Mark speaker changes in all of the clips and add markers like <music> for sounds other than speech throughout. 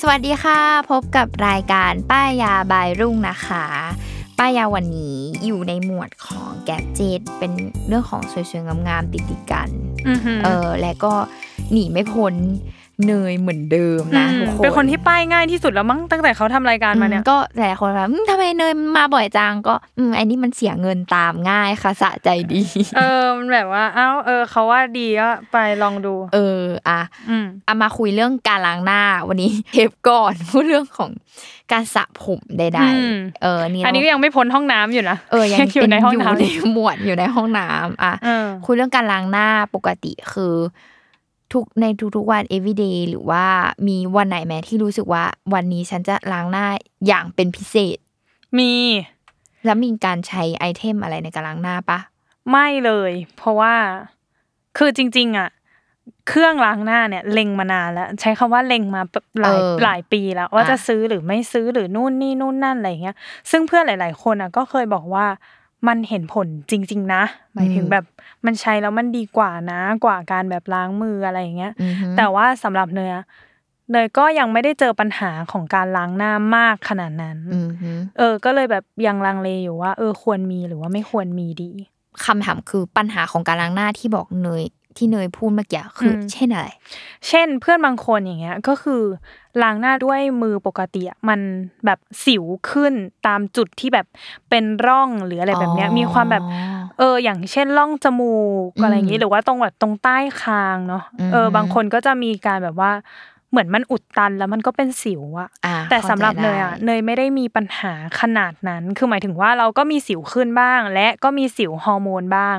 Speaker 1: สวัสดีค่ะ พบกับรายการป้ายยาบายรุ่งนะคะ ป้ายยาวันนี้อยู่ในหมวดของแก๊บเจดเป็นเรื่องของสวยๆงามๆติดติดๆกัน เออและก็หนีไม่พ้นเนยเหมือนเดิมนะทุกคน
Speaker 2: เป็นคนที่ป้ายง่ายที่สุดแล้วมั้งตั้งแต่เขาทำรายการมาเนี่ย
Speaker 1: อืก็หลายๆคนแบบอืมทำไมเนยมันมาบ่อยจังก็อืมอันนี้มันเสียเงินตามง่ายค่ะสะใจดี <laughs>
Speaker 2: เออมันแบบว่าเอ้าเออเขาว่าดีก็ไปลองดู
Speaker 1: เอออ่ะ
Speaker 2: อืม
Speaker 1: เอามาคุยเรื่องการล้างหน้าวันนี้ เทปก่อน <laughs> พูดเรื่องของการสระผมใด
Speaker 2: อืม
Speaker 1: ๆเออนี่
Speaker 2: อันนี้ก็ยังไม่พ้นห้องน้ำอยู่นะ
Speaker 1: เออยัง
Speaker 2: อยู่ในห้อง
Speaker 1: เป็อยู่
Speaker 2: น้ำ
Speaker 1: ในหมวดอยู่ในห้องน้ำอ่ะ
Speaker 2: เออ
Speaker 1: คุยเรื่องการล้างหน้าปกติคือทุกในทุกๆวัน everyday หรือว่ามีวันไหนไหมที่รู้สึกว่าวันนี้ฉันจะล้างหน้าอย่างเป็นพิเศษ
Speaker 2: มี
Speaker 1: แล้วมีการใช้ไอเทมอะไรในการล้างหน้าปะ
Speaker 2: ไม่เลย เพราะว่าคือจริง ๆ อ่ะ เครื่องล้างหน้าเนี่ยเล็งมานานแล้ว ใช้คำว่าเล็งมาแบบหลาย
Speaker 1: เออ
Speaker 2: หลายปีแล้ว ว่า
Speaker 1: อ่ะ
Speaker 2: จะซื้อหรือไม่ซื้อหรือนู่นนี่นู่นนั่นอะไรอย่างเงี้ย ซึ่งเพื่อนหลาย ๆ คนอ่ะก็เคยบอกว่ามันเห็นผลจริง ๆ นะหมายถึงแบบมันใช้แล้วมันดีกว่านะ กว่าการแบบล้างมืออะไรอย่างเงี้ย
Speaker 1: อือฮึ
Speaker 2: แต่ว่าสำหรับเนยอะเนยก็ยังไม่ได้เจอปัญหาของการล้างหน้ามากขนาดนั้น
Speaker 1: อือฮึ
Speaker 2: เออ ก็เลยแบบยังลังเลอยู่ว่า เออควรมีหรือว่าไม่ควรมีดี
Speaker 1: คำถามคือปัญหาของการล้างหน้าที่บอกเนยที่เนยพูดเมื่อกี้คืออ
Speaker 2: ม
Speaker 1: เช่นอะไร
Speaker 2: เช่นเพื่อนบางคนอย่างเงี้ย ก็คือล้างหน้าด้วยมือปกติอะมันแบบสิวขึ้นตามจุดที่แบบเป็นร่องหรืออะไรแบบเนี้ย
Speaker 1: อ๋อ
Speaker 2: มีความแบบเออ อย่างเช่นร่องจมูกอะไรอย่าง
Speaker 1: อื
Speaker 2: งี้
Speaker 1: ม
Speaker 2: หรือว่าตรงแบบตรงใต้คางเนาะเอออ
Speaker 1: ม
Speaker 2: บางคนก็จะมีการแบบว่าเหมือนมันอุดตันแล้วมันก็เป็นสิวอะ
Speaker 1: อ่า
Speaker 2: แต่
Speaker 1: ข้า
Speaker 2: สำหรับ
Speaker 1: ใจ
Speaker 2: เน
Speaker 1: ได้
Speaker 2: ยอ่ะเนยไม่ได้มีปัญหาขนาดนั้น คือหมายถึงว่าเราก็มีสิวขึ้นบ้าง และก็มีสิวฮอร์โมนบ้าง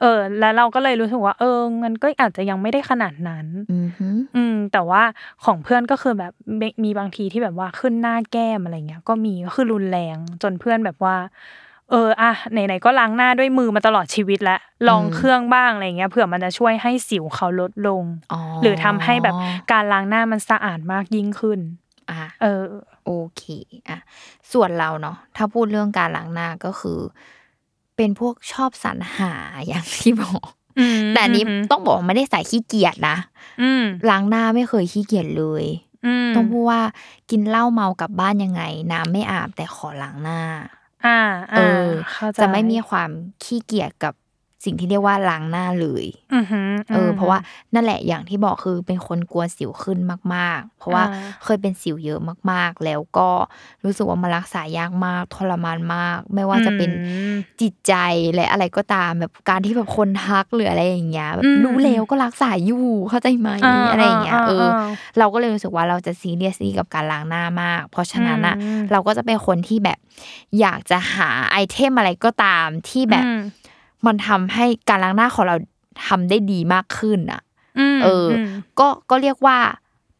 Speaker 2: เออ แล้วเราก็เลยรู้สึกว่า เออมันก็อาจจะยังไม่ได้ขนาดนั้น
Speaker 1: อือฮึ
Speaker 2: อืม แต่ว่าของเพื่อนก็คือแบบมีมีบางทีที่แบบว่าขึ้นหน้าแก้มอะไรเงี้ย ก็มีก็คือรุนแรงจนเพื่อนแบบว่า เอออ่ะไหนๆก็ล้างหน้าด้วยมือมาตลอดชีวิตแล้วลองเครื่องบ้างอะไรเงี้ยเผื่อมันจะช่วยให้สิวเขาลดลง หรือทำให้แบบการล้างหน้ามันสะอาดมากยิ่งขึ้น
Speaker 1: อ่า
Speaker 2: เออ
Speaker 1: โอเคอ่ะส่วนเราเนาะถ้าพูดเรื่องการล้างหน้าก็คือ เป็นพวกชอบสรรหาอย่างที่บอก
Speaker 2: อืม
Speaker 1: แต่อันนี้
Speaker 2: อืม
Speaker 1: ต้องบอกว่าไม่ได้ใส่ขี้เกียจนะ
Speaker 2: อืม
Speaker 1: ล้างหน้าไม่เคยขี้เกียจเลย
Speaker 2: ม
Speaker 1: ต้องพูดว่ากินเหล้าเมากลับบ้านยังไง น้ำไม่อาบแต่ขอล้างหน้า
Speaker 2: อ่า
Speaker 1: เอ
Speaker 2: อ่า
Speaker 1: อ
Speaker 2: เข้าใจ
Speaker 1: จะไม่มีความขี้เกียจกับสิ่งที่เรียกว่าล้างหน้าเลย
Speaker 2: อือหื
Speaker 1: เอออ
Speaker 2: หื
Speaker 1: เพราะว่านั่นแหละอย่างที่บอกคือเป็นคนกลัวสิวขึ้นมาก ๆ เพราะว่า
Speaker 2: อ่า
Speaker 1: เคยเป็นสิวเยอะมากๆ แล้วก็รู้สึกว่ามันรักษายากมากทรมานมาก ไม่ว่าจะเป็น
Speaker 2: อืม
Speaker 1: จิตใจและอะไรก็ตามแบบการที่แบบคนทักหรืออะไรอย่างเงี้ยแบบ
Speaker 2: อืม
Speaker 1: รู้แล้วก็รักษาอยู่เข้าใจไหม
Speaker 2: อ่า
Speaker 1: อะไรอย่างเงี้ย
Speaker 2: อ่า
Speaker 1: เอออ
Speaker 2: า
Speaker 1: เราก็เลยรู้สึกว่าเราจะซีเรียสกับการล้างหน้ามาก เพราะฉะนั้นอะ
Speaker 2: อืม
Speaker 1: เราก็จะเป็นคนที่แบบอยากจะหาไอเทมอะไรก็ตามที่แบบ
Speaker 2: อืม
Speaker 1: มันทำให้การล้างหน้าของเราทำได้ดีมากขึ้นอ่ะ
Speaker 2: ม
Speaker 1: เอออ
Speaker 2: ม
Speaker 1: ก็ก็เรียกว่า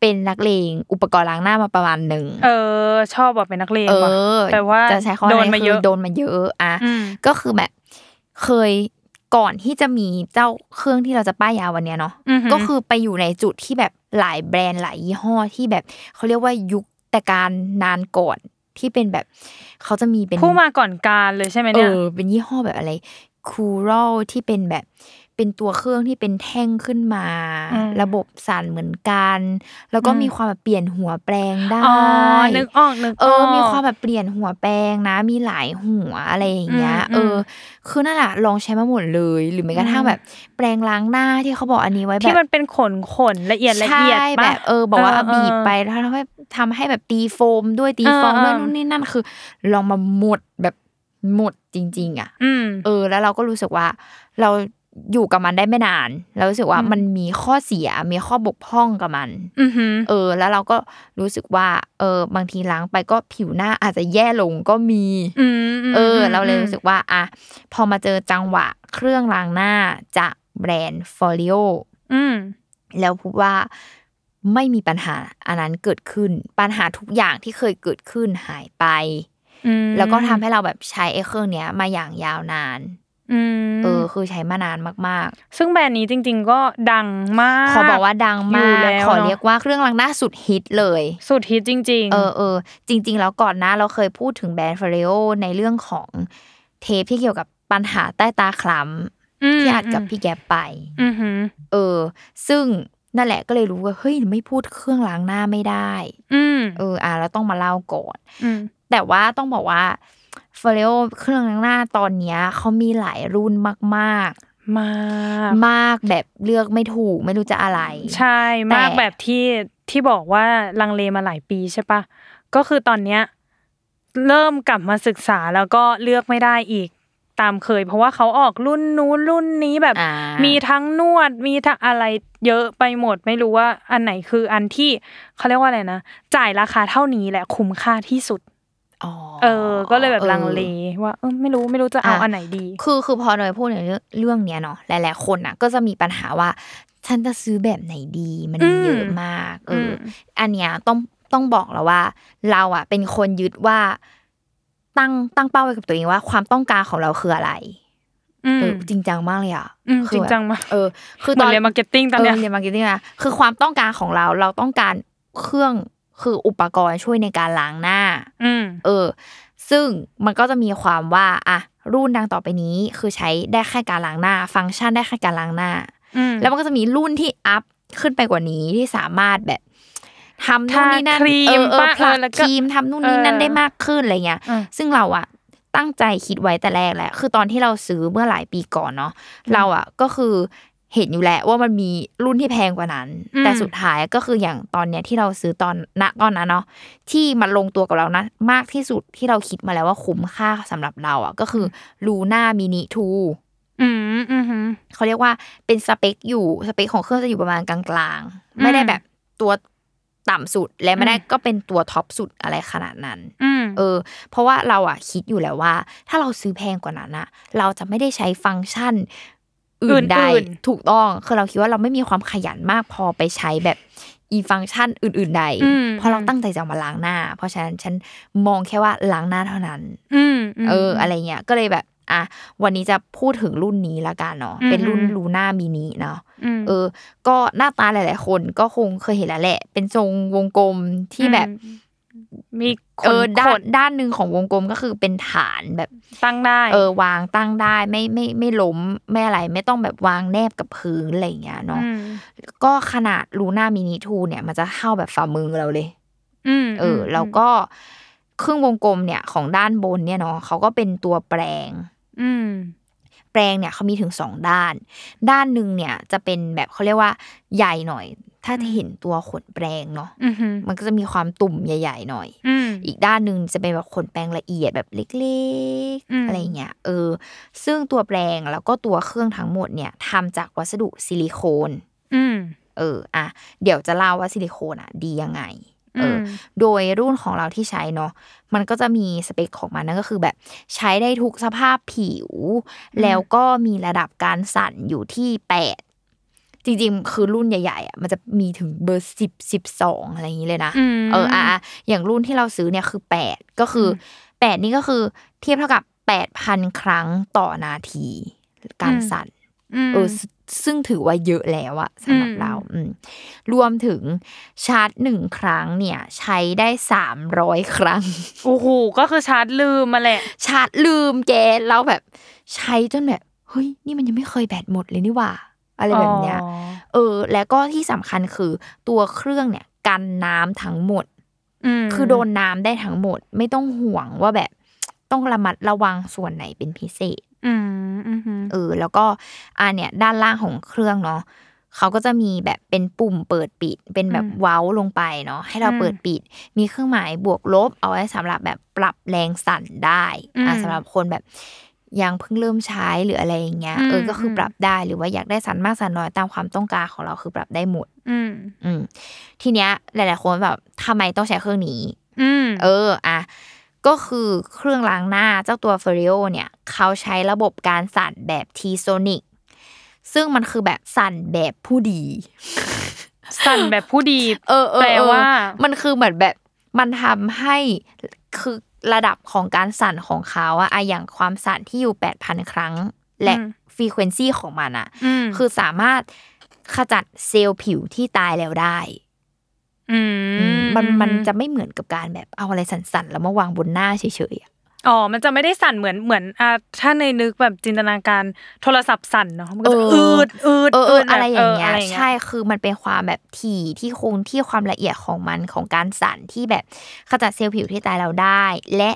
Speaker 1: เป็นนักเลงอุปกรณ์ล้างหน้ามาประมาณหนึ่ง
Speaker 2: เออ ชอบแบบเป็นนักเลง
Speaker 1: เอ
Speaker 2: ว่ะ
Speaker 1: อ
Speaker 2: แต่ว่า
Speaker 1: จะใช้คำว่า
Speaker 2: โด
Speaker 1: อะไร
Speaker 2: นมา
Speaker 1: คื
Speaker 2: เยอะ
Speaker 1: โดนมาเยอะอ่ะ
Speaker 2: อืม
Speaker 1: ก็คือแบบเคยก่อนที่จะมีเจ้าเครื่องที่เราจะป้ายยาวันเนี้ยเนาะ
Speaker 2: อือหื
Speaker 1: ก็คือไปอยู่ในจุดที่แบบหลายแบรนด์หลายยี่ห้อที่แบบเขาเรียกว่ายุคแต่การนานก่อนที่เป็นแบบเขาจะมีเป็น
Speaker 2: ผู้มาก่อนการเลยใช่ไหม
Speaker 1: เอ
Speaker 2: เนี่ย
Speaker 1: อเป็นยี่ห้อแบบอะไรคูร l ที่เป็นแบบ เป็นตัวเครื่องที่เป็นแท่งขึ้นมา
Speaker 2: อืม
Speaker 1: ระบบสั่นเหมือนกัน แล้วก็
Speaker 2: อืม
Speaker 1: มีความแบบเปลี่ยนหัวแปลงได้
Speaker 2: อ๋อนึกออกนึกก
Speaker 1: เออ มีความแบบเปลี่ยนหัวแปลงนะ มีหลายหัวอะไรอย่างเงี้ย
Speaker 2: อืม
Speaker 1: เออ คือนั่นแหละลองใช้มาหมดเลย หรือแม้กระทั่ง
Speaker 2: อืม
Speaker 1: แบบแปลงล้างหน้าที่เขาบอกอันนี้ไว้แบบ
Speaker 2: ที่มันเป็นขนขนละเอียดละเอียด
Speaker 1: ใช่
Speaker 2: ปะ
Speaker 1: แบบเออ บอกว่าเอา
Speaker 2: เ
Speaker 1: บีบไปแล้วทำให้ทำให้แบบตีโฟมด้วยตีฟองด้วย
Speaker 2: เออเออ
Speaker 1: นู่นนี่นั่นคือ ลองมาหมดแบบหมดจริง ๆ อ่ะ
Speaker 2: อืม
Speaker 1: เออ แล้วเราก็รู้สึกว่าเราอยู่กับมันได้ไม่นานเรารู้สึกว่า
Speaker 2: อืม
Speaker 1: มันมีข้อเสียมีข้อบกพร่องกับมัน
Speaker 2: อือหือ
Speaker 1: เออแล้วเราก็รู้สึกว่าเออบางทีล้างไปก็ผิวหน้าอาจจะแย่ลงก็มี
Speaker 2: อืมม
Speaker 1: เออ
Speaker 2: ม
Speaker 1: เราเลย
Speaker 2: อืม
Speaker 1: รู้สึกว่าอ่ะพอมาเจอจังหวะเครื่องล้างหน้าจากแบรนด์ฟอริโอ
Speaker 2: อืม
Speaker 1: แล้วพบว่าไม่มีปัญหาอันนั้นเกิดขึ้น ปัญหาทุกอย่างที่เคยเกิดขึ้นหายไป
Speaker 2: อืม
Speaker 1: แล้วก็ทำให้เราแบบใช้ไอ้เครื่องเนี้ยมาอย่างยาวนาน
Speaker 2: อืม
Speaker 1: เออ คือใช้มานานมาก
Speaker 2: ซึ่งแบรนด์นี้จริง ๆ ก็ดังมาก
Speaker 1: ๆ ขอบอกว่าดัง
Speaker 2: อยู่
Speaker 1: มาก
Speaker 2: แล้ว
Speaker 1: ขอ
Speaker 2: เนอะ
Speaker 1: เรียกว่าเครื่องล้างหน้าสุดฮิตเลย
Speaker 2: สุดฮิตจริง ๆ
Speaker 1: เออเออจริง ๆ แล้วก่อนหน้าเราเคยพูดถึงแบรนด์ฟาริโอในเรื่องของเทปที่เกี่ยวกับปัญหาใต้ตาคล้
Speaker 2: อืม
Speaker 1: ำที่อัดกับพี่แกปไป
Speaker 2: อือหือ
Speaker 1: เออ ซึ่งนั่นแหละก็เลยรู้ว่าเฮ้ยไม่พูดเครื่องล้างหน้าไม่ได้
Speaker 2: อืม
Speaker 1: เอออ่ะเราต้องมาเล่าก่อน
Speaker 2: อืม
Speaker 1: แต่ว่าต้องบอกว่าฟาริโอเครื่องล้างหน้าตอนเนี้ยเขามีหลายรุ่นมาก
Speaker 2: มาก
Speaker 1: ๆ มากแบบเลือกไม่ถูกไม่รู้จะอะไร
Speaker 2: ใช่
Speaker 1: แต่
Speaker 2: มากแบบที่ที่บอกว่าลังเลมาหลายปีใช่ปะก็คือตอนเนี้ยเริ่มกลับมาศึกษาแล้วก็เลือกไม่ได้อีกตามเคย เพราะว่าเขาออกรุ่นนู้นรุ่นนี้แบบ
Speaker 1: อ่า
Speaker 2: มีทั้งนวดมีทั้งอะไรเยอะไปหมด ไม่รู้ว่าอันไหนคืออันที่เขาเรียกว่าอะไรนะจ่ายราคาเท่านี้แหละคุ้มค่าที่สุด
Speaker 1: อ๋อ
Speaker 2: เออ ก็เลยแบบลังเล
Speaker 1: ออ
Speaker 2: ว่าเออไม่รู้ไม่รู้จะเอา
Speaker 1: อ่ะ
Speaker 2: อันไหนดี
Speaker 1: คือคือพอเนยพูดในเรื่องเรื่องเนี้ยเนาะหลายๆคนน่ะ ก็จะมีปัญหาว่า ฉันจะซื้อแบบไหนดีมันมีเยอะ
Speaker 2: อืม
Speaker 1: มากเอ
Speaker 2: อื
Speaker 1: อ
Speaker 2: ม
Speaker 1: ออันเนี้ยต้องต้องบอกแล้วว่า เราอ่ะ เป็นคนยึดว่าตั้งตั้งเป้าไว้กับตัวเองว่า ความต้องการของเราคืออะไร
Speaker 2: อืม
Speaker 1: เออจริงจังมากเลยอ่ะ
Speaker 2: อืม
Speaker 1: คื
Speaker 2: จริ
Speaker 1: อง แบบ
Speaker 2: จังมาก
Speaker 1: เออ คือ
Speaker 2: เหมือนเรียนมาร์เก็ตติ้งตอนเนี้ย
Speaker 1: เเรียนมาร์เก็ตติ้งนะคือความต้องการของเราเราต้องการเครื่องคืออุปกรณ์ช่วยในการล้างหน้า
Speaker 2: อืม
Speaker 1: เออ ซึ่งมันก็จะมีความว่าอะรุ่นดังต่อไปนี้คือใช้ได้แค่การล้างหน้า ฟังก์ชันได้แค่การล้างหน้า
Speaker 2: อืม
Speaker 1: แล้วมันก็จะมีรุ่นที่อัพขึ้นไปกว่านี้ที่สามารถแบบทำนู่นนี่นั่น
Speaker 2: ทาครีม
Speaker 1: เออเออ
Speaker 2: ปะ
Speaker 1: ผลัก
Speaker 2: เออแล้วก็
Speaker 1: ครีมทำนู่นนี่นั่น
Speaker 2: เออ
Speaker 1: ได้มากขึ้นอะไรเงี้ย
Speaker 2: อืม
Speaker 1: ซึ่งเราอะตั้งใจคิดไว้แต่แรกแหละ คือตอนที่เราซื้อเมื่อหลายปีก่อนเนาะเราอะก็คือเห็นอยู่แหละว่ามันมีรุ่นที่แพงกว่านั้น แต่สุดท้ายก็คืออย่างตอนเนี้ยที่เราซื้อตอนณตอนนั้นเนาะ ที่มันลงตัวกับเรานะมากที่สุดที่เราคิดมาแล้วว่าคุ้มค่าสำหรับเราอ่ะก็คือลูน่ามินิทู
Speaker 2: อืมอืมอืม
Speaker 1: เขาเรียกว่าเป็นสเปคอยู่สเปคของเครื่องจะอยู่ประมาณกลางๆ
Speaker 2: อืม
Speaker 1: ไม่ได้แบบตัวต่ำสุดและไม่ได้
Speaker 2: อืม
Speaker 1: ก็เป็นตัวท็อปสุดอะไรขนาดนั้น
Speaker 2: อืม
Speaker 1: เออ เพราะว่าเราอ่ะคิดอยู่แล้วว่า ถ้าเราซื้อแพงกว่านั้นอ่ะ เราจะไม่ได้ใช้ฟังก์ชันอื่นใด
Speaker 2: อื่นๆ
Speaker 1: ถูกต้องคือเราคิดว่าเราไม่มีความขยันมากพอไปใช้แบบอีฟังก์ชันอื่น ๆ ใด
Speaker 2: อืม
Speaker 1: เพราะเราตั้งใจจะเอามาล้างหน้า เพราะฉะนั้นฉันมองแค่ว่าล้างหน้าเท่านั้น
Speaker 2: อืมม
Speaker 1: เออ อะไรเงี้ย ก็เลยแบบ อ่ะ วันนี้จะพูดถึงรุ่นนี้ละกันเนาะ
Speaker 2: อืม
Speaker 1: เป็นรุ่นลูน่ามินิเนาะ
Speaker 2: ม
Speaker 1: เออ ก็หน้าตาหลาย ๆ คนก็คงเคยเห็นแล้วแหละ เป็นทรงวงกลมที่แบบ
Speaker 2: อืมมีขน
Speaker 1: เออ ด้า
Speaker 2: ข
Speaker 1: นด้านหนึ่งของวงกลมก็คือเป็นฐานแบบ
Speaker 2: ตั้งได้
Speaker 1: เออ วางตั้งได้ไม่ไม่ไม่ล้มไม่อะไร ไม่ต้องแบบวางแนบกับพื้นอะไรเงี้ยเนาะ
Speaker 2: อืม
Speaker 1: ก็ขนาดลูน่ามินิทูเนี่ย มันจะเท่าแบบฝ่ามือเราเลย
Speaker 2: อืม
Speaker 1: เออแล้วก็ครึ่งวงกลมเนี่ยของด้านบนเนี่ยเนาะเขาก็เป็นตัวแปรง
Speaker 2: อืม
Speaker 1: แปรงเนี่ยเขามีถึงสองด้าน ด้านหนึ่งเนี่ยจะเป็นแบบเขาเรียกว่าใหญ่หน่อย ถ้าจะเห็นตัวขนแปรงเนาะ
Speaker 2: อืมอืม
Speaker 1: มันก็จะมีความตุ่มใหญ่ ๆ หน่อย
Speaker 2: อืม
Speaker 1: อีกด้านหนึ่งจะเป็นแบบขนแปรงละเอียดแบบเล็ก
Speaker 2: อืม
Speaker 1: ๆ อะไรเงี้ยเออ ซึ่งตัวแปรงแล้วก็ตัวเครื่องทั้งหมดเนี่ยทำจากวัสดุซิลิโคน
Speaker 2: อืม
Speaker 1: เอออ่ะเดี๋ยวจะเล่าว่าซิลิโคนอ่ะดียังไงเอ
Speaker 2: อื
Speaker 1: อ
Speaker 2: ม
Speaker 1: โดยรุ่นของเราที่ใช้เนาะมันก็จะมีสเปคของมันนั่นก็คือแบบใช้ได้ทุกสภาพผิว แล้วก็มีระดับการสั่นอยู่ที่ 8 จริงๆ คือรุ่นใหญ่ๆอ่ะมันจะมีถึงเบอร์ 10 12 อะไรอย่างนี้เลยนะ
Speaker 2: ม
Speaker 1: เอออ่ะอ่ะอย่างรุ่นที่เราซื้อเนี่ยคือ 8 ก็คืออแปดนี่ก็คือเทียบเท่ากับ 8,000 ครั้งต่อนาที การ
Speaker 2: อืม
Speaker 1: สั่น
Speaker 2: ม
Speaker 1: เออซึ่งซึ่งถือว่าเยอะแล้วอะสำหรับ
Speaker 2: อืม
Speaker 1: เราอืมรวมถึงชาร์จหนึ่งครั้งเนี่ย ใช้ได้สามร้อยครั้ง <laughs>
Speaker 2: โอ้โหก็คือชาร์จลืมมาแหละ
Speaker 1: ชาร์จลืมแกสแล้วแบบใช้จนแบบ เฮ ฮ้ยนี่มันยังไม่เคยแบตหมดเลยนี่หว่า อะไรแบบเนี้ย
Speaker 2: อ๋อ
Speaker 1: เออ แล้วก็ที่สำคัญคือตัวเครื่องเนี่ยกันน้ำทั้งหมด
Speaker 2: ม
Speaker 1: คือโดนน้ำได้ทั้งหมด ไม่ต้องห่วงว่าแบบ ต้องระมัดระวังส่วนไหนเป็นพิเศษ
Speaker 2: อืมอืมอืม
Speaker 1: เออแล้วก็อันเนี่ยด้านล่างของเครื่องเนาะเขาก็จะมีแบบเป็นปุ่มเปิดปิด เป็นแบบเว้าลงไปเนาะให้เราเปิดปิด มีเครื่องหมายบวกลบ เอาไว้สำหรับแบบปรับแรงสั่นได้อ่ะสำหรับคนแบบยังเพิ่งเริ่มใช้หรืออะไรอย่างเงี้ยเออก็คือปรับได้หรือว่าอยากได้สั่นมากสั่นน้อยตามความต้องการของเราคือปรับได้หมด
Speaker 2: อืม
Speaker 1: อืมทีเนี้ยหลาย ๆ คนแบบทำไมต้องใช้เครื่องนี้
Speaker 2: อืม
Speaker 1: เอออ่ะก็คือเครื่องล้างหน้าเจ้าตัวเฟร i o เนี่ยเขาใช้ระบบการสั่นแบบทีโซนิกซึ่งมันคือแบบสั่นแบบผู้ดี
Speaker 2: สั่นแบบผู้ดี
Speaker 1: เออเออ
Speaker 2: แปลว่า
Speaker 1: เออมันคือเหมือนแบบมันทำให้คือระดับของการสั่นของเขาอะอะอย่างความสั่นที่อยู่ 8,000 ครั้ง และฟรีเควนซีของมันอะ
Speaker 2: อืม
Speaker 1: คือสามารถขจัดเซลล์ผิวที่ตายแล้วได้
Speaker 2: อื
Speaker 1: อืม
Speaker 2: ม
Speaker 1: มันมันจะไม่เหมือนกับการแบบเอาอะไรสั่นๆแล้วมาวางบนหน้าเฉยๆอะ
Speaker 2: อ๋อมันจะไม่ได้สั่นเหมือนเหมือนอ่ะถ้าในนึกแบบจินตนาการโทรศัพท์สั่นเนาะมันก็จะ
Speaker 1: เอ
Speaker 2: อื
Speaker 1: อ
Speaker 2: ดอืด
Speaker 1: เออเออ
Speaker 2: แบบ
Speaker 1: อะไรอย่างเงี้ย
Speaker 2: ะไร
Speaker 1: ใช่คือมันเป็นความแบบถี่ที่คงที่ความละเอียดของมันของการสั่นที่แบบขจัดเซลล์ผิวที่ตายเราได้ และ